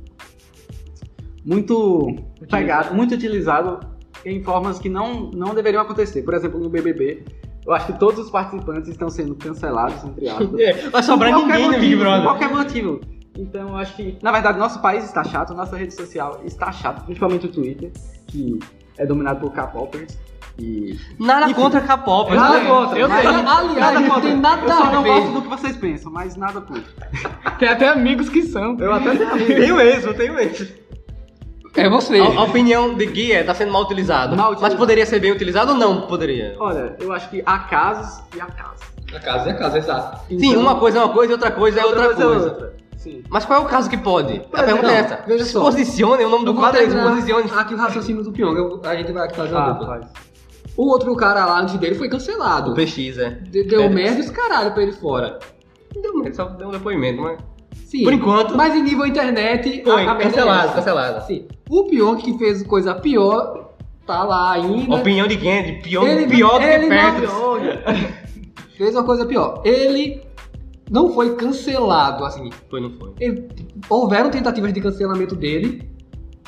muito pegado, muito utilizado em formas que não, não deveriam acontecer. Por exemplo, no BBB, eu acho que todos os participantes estão sendo cancelados, entre aspas. É, vai sobrar Por qualquer ninguém no motivo, Big por Brother. Qualquer motivo. Então eu acho que, na verdade, nosso país está chato, nossa rede social está chata, principalmente o Twitter, que é dominado por K-popers. E... Nada Enfim. contra K-pop. Eu mas- nada contra. eu mas- tenho. nada Aliás, não contra. tem nada Eu só a não ver. gosto do que vocês pensam, mas nada contra. Tem até amigos que são. Eu até Tenho mesmo, tenho mesmo. É você. A, a opinião de Gui é, tá sendo mal utilizado. Mal utilizado. Mas poderia ser bem utilizado ou não? Poderia. Olha, eu acho que há casos e há casos. A casa é a casa, exato. Sim, uma coisa é uma coisa e outra coisa é outra coisa. Sim. Mas qual é o caso que pode? a pergunta é não, essa. veja só. Posicione, o nome do quadro é isso, posicione. Aqui o raciocínio do Pyong, eu- a gente vai aqui fazer uma Ah, dupla. faz. O outro cara lá antes dele foi cancelado. O PX, é. De- Deu É. merda esse caralho pra ele fora. Não deu merda, só deu um depoimento, mas. Ah, Sim. Por enquanto. Mas em nível internet, Foi, a, a merda cancelado, é essa. cancelado. Sim. O Pyong que fez coisa pior, tá lá ainda. Opinião de quem? é De pior, Ele- pior do que ele não- Petros. Fez uma coisa pior. Ele não foi cancelado, assim. Foi, não foi. Ele- houveram tentativas de cancelamento dele,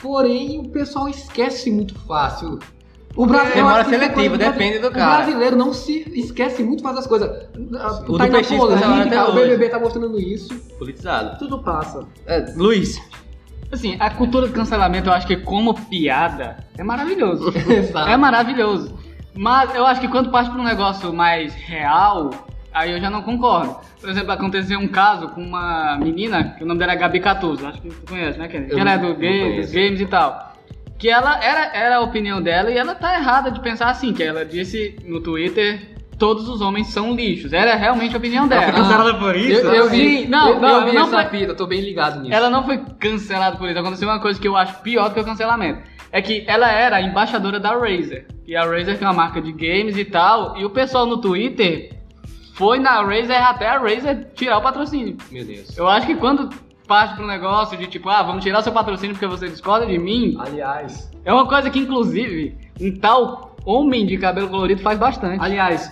porém o pessoal esquece muito fácil. O brasileiro Memória eu acho que isso é seletiva, coisa- depende do o cara. brasileiro não se esquece muito fácil das coisas. Tá do aí na PX cancelaram até polêmica, o hoje. BBB tá mostrando isso. Politizado. Tudo passa. É, Luiz. Assim, a cultura do cancelamento, eu acho que como piada, é maravilhoso. Exato. é maravilhoso. Mas eu acho que quando parte pra um negócio mais real, aí eu já não concordo. Por exemplo, aconteceu um caso com uma menina, que o nome dela é Gabi Catuso, acho que tu conhece, né, Kennedy? Eu Que ela é não do game, dos conheço. games e tal. Que ela era, era a opinião dela e ela tá errada de pensar assim, que ela disse no Twitter, todos os homens são lixos. Era realmente a opinião dela. Cancelada por Eu, eu vi, Sim, não, eu, não, eu vi não essa foi- fita, eu tô bem ligado nisso. Ela não foi cancelada por isso. Aconteceu uma coisa que eu acho pior do que o cancelamento. É que ela era a embaixadora da Razer. E a Razer que é uma marca de games e tal. E o pessoal no Twitter foi na Razer até a Razer tirar o patrocínio. Meu Deus. Eu acho que quando parte pro negócio de tipo, ah, vamos tirar seu patrocínio porque você discorda de mim, Aliás, é uma coisa que inclusive um tal homem de cabelo colorido faz bastante. aliás.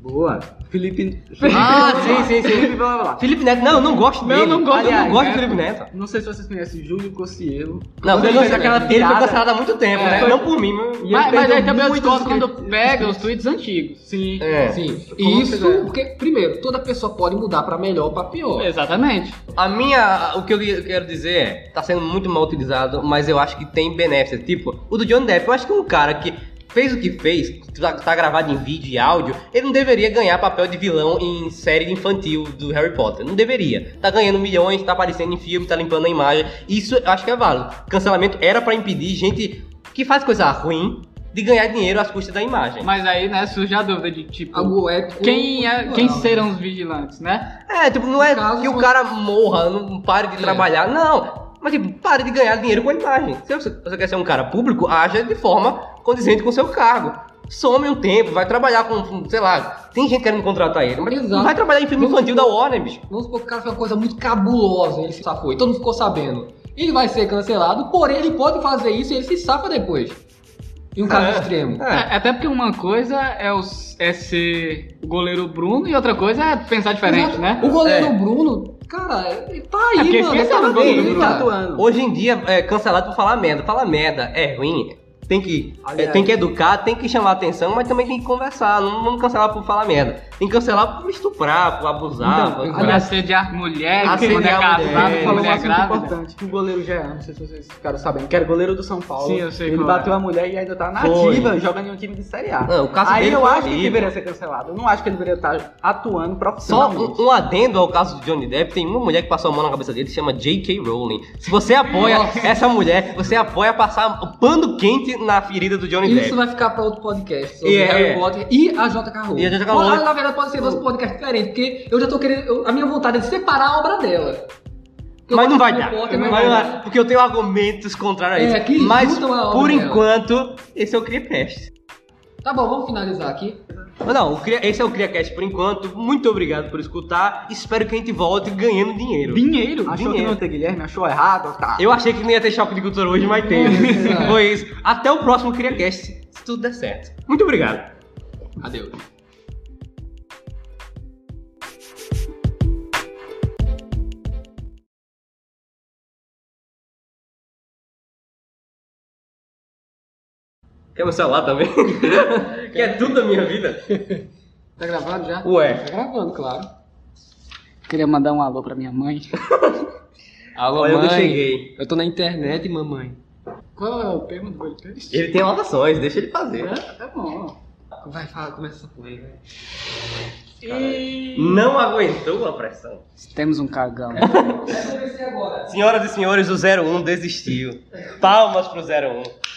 Boa. Felipe. Ah, sim, sim, sim. Felipe, blá, blá, blá. Felipe Neto, não, eu não gosto dele. eu não gosto, eu Aliás, não gosto gosto. do Felipe Neto. Não sei se vocês conhecem Júlio Cocielo. Não, Quando ele, ele não fez aquela ele foi piada- cancelado há muito tempo, É, né? foi- Não por mim, mas... E Mas, ele mas perdeu aí também eu muitos discordo quando inscritos. pega os tweets antigos. Sim. É. Sim. Como Isso, fizeram? porque, primeiro, toda pessoa pode mudar pra melhor ou pra pior. Exatamente. A minha, o que eu li- eu quero dizer é, tá sendo muito mal utilizado, mas eu acho que tem benefícios. Tipo, o do John Depp, eu acho que um cara que fez o que fez, tá, tá gravado em vídeo e áudio, ele não deveria ganhar papel de vilão em série infantil do Harry Potter. Não deveria. Tá ganhando milhões, tá aparecendo em filme, tá limpando a imagem. Isso eu acho que é válido. Cancelamento era pra impedir gente que faz coisa ruim de ganhar dinheiro às custas da imagem. Mas aí, né, surge a dúvida de tipo. Algo ético. Quem, é, quem moral. serão os vigilantes, né? É, tipo, não é caso, que o mas- cara morra, não pare de É. trabalhar, não. Mas, tipo, pare de ganhar dinheiro com a imagem. Se você, você quer ser um cara público, haja de forma condizente com o seu cargo. Some um tempo, vai trabalhar com, com, sei lá, tem gente querendo contratar ele, mas Exato. não vai trabalhar em filme Vamos- infantil da Warner, bicho. Vamos supor que o cara fez uma coisa muito cabulosa, ele se safou e todo mundo ficou sabendo. Ele vai ser cancelado, porém ele pode fazer isso e ele se safa depois. Em um caso É. extremo. É. É, Até porque uma coisa é, os, é ser o goleiro Bruno e outra coisa é pensar diferente, Exato. né? O goleiro É. Bruno, cara, ele tá aí, É porque mano. esquece tá do na goleiro dele, Ele tá cara. atuando. Hoje em dia, é cancelado por falar merda. Falar merda é ruim, tem que, é, Aliás. tem que educar, tem que chamar atenção, mas também tem que conversar. Não vamos cancelar por falar merda. Tem que cancelar por estuprar, por abusar. Então, por- exato. Pra assediar mulher, quando é Assediar casado, mulher. mulher, falou um mulher assunto grávida. importante que o goleiro Jean, não sei se vocês ficaram sabendo, que era goleiro do São Paulo. Sim, eu sei Ele qual bateu é. a mulher e ainda tá na Foi. ativa, jogando em um time de Série A. Não, o caso Aí dele eu foi acho que ele horrível. deveria ser cancelado. Eu não acho que ele deveria estar atuando Só profissionalmente. um, um adendo ao caso de Johnny Depp, tem uma mulher que passou a mão na cabeça dele, que chama J.K. Rowling. Se você apoia essa mulher, você apoia passar o pano quente na ferida do Johnny Isso Depp. vai ficar pra outro podcast sobre E é. Harry Potter e a J.K. Rowling. E a J.K. Ou, Rowling. Na verdade, pode ser dois podcasts diferentes, porque eu já tô querendo. eu- a minha vontade é de separar a obra dela. Eu Mas não gosto vai do dar. Potter, Não mas vai não dar, Porque eu tenho argumentos contrários a É, isso. que Mas, juntam a obra por dela. enquanto, esse é o CriaCast. Tá bom, vamos finalizar aqui. Não, o Cria- esse é o CriaCast por enquanto. Muito obrigado por escutar. Espero que a gente volte ganhando dinheiro. Dinheiro? Achou que dinheiro. não tem Guilherme? Achou errado? Tá. Eu achei que não ia ter choque de cultura hoje, mas teve. Foi isso. Até o próximo CriaCast, se tudo der certo. Muito obrigado. Adeus. Quer meu celular também? que é tudo da minha vida. Tá gravando já? Ué, Tá gravando, claro. Queria mandar um alô pra minha mãe. Alô, Olha, eu mãe. que cheguei. Eu tô na internet, mamãe. Qual é o tema do podcast? Ele tem anotações, deixa ele fazer. É, tá bom. Vai, fala, começa essa porra aí, velho. E... Não aguentou a pressão. Temos um cagão. Senhoras e senhores, o 01 desistiu. um Palmas pro 01.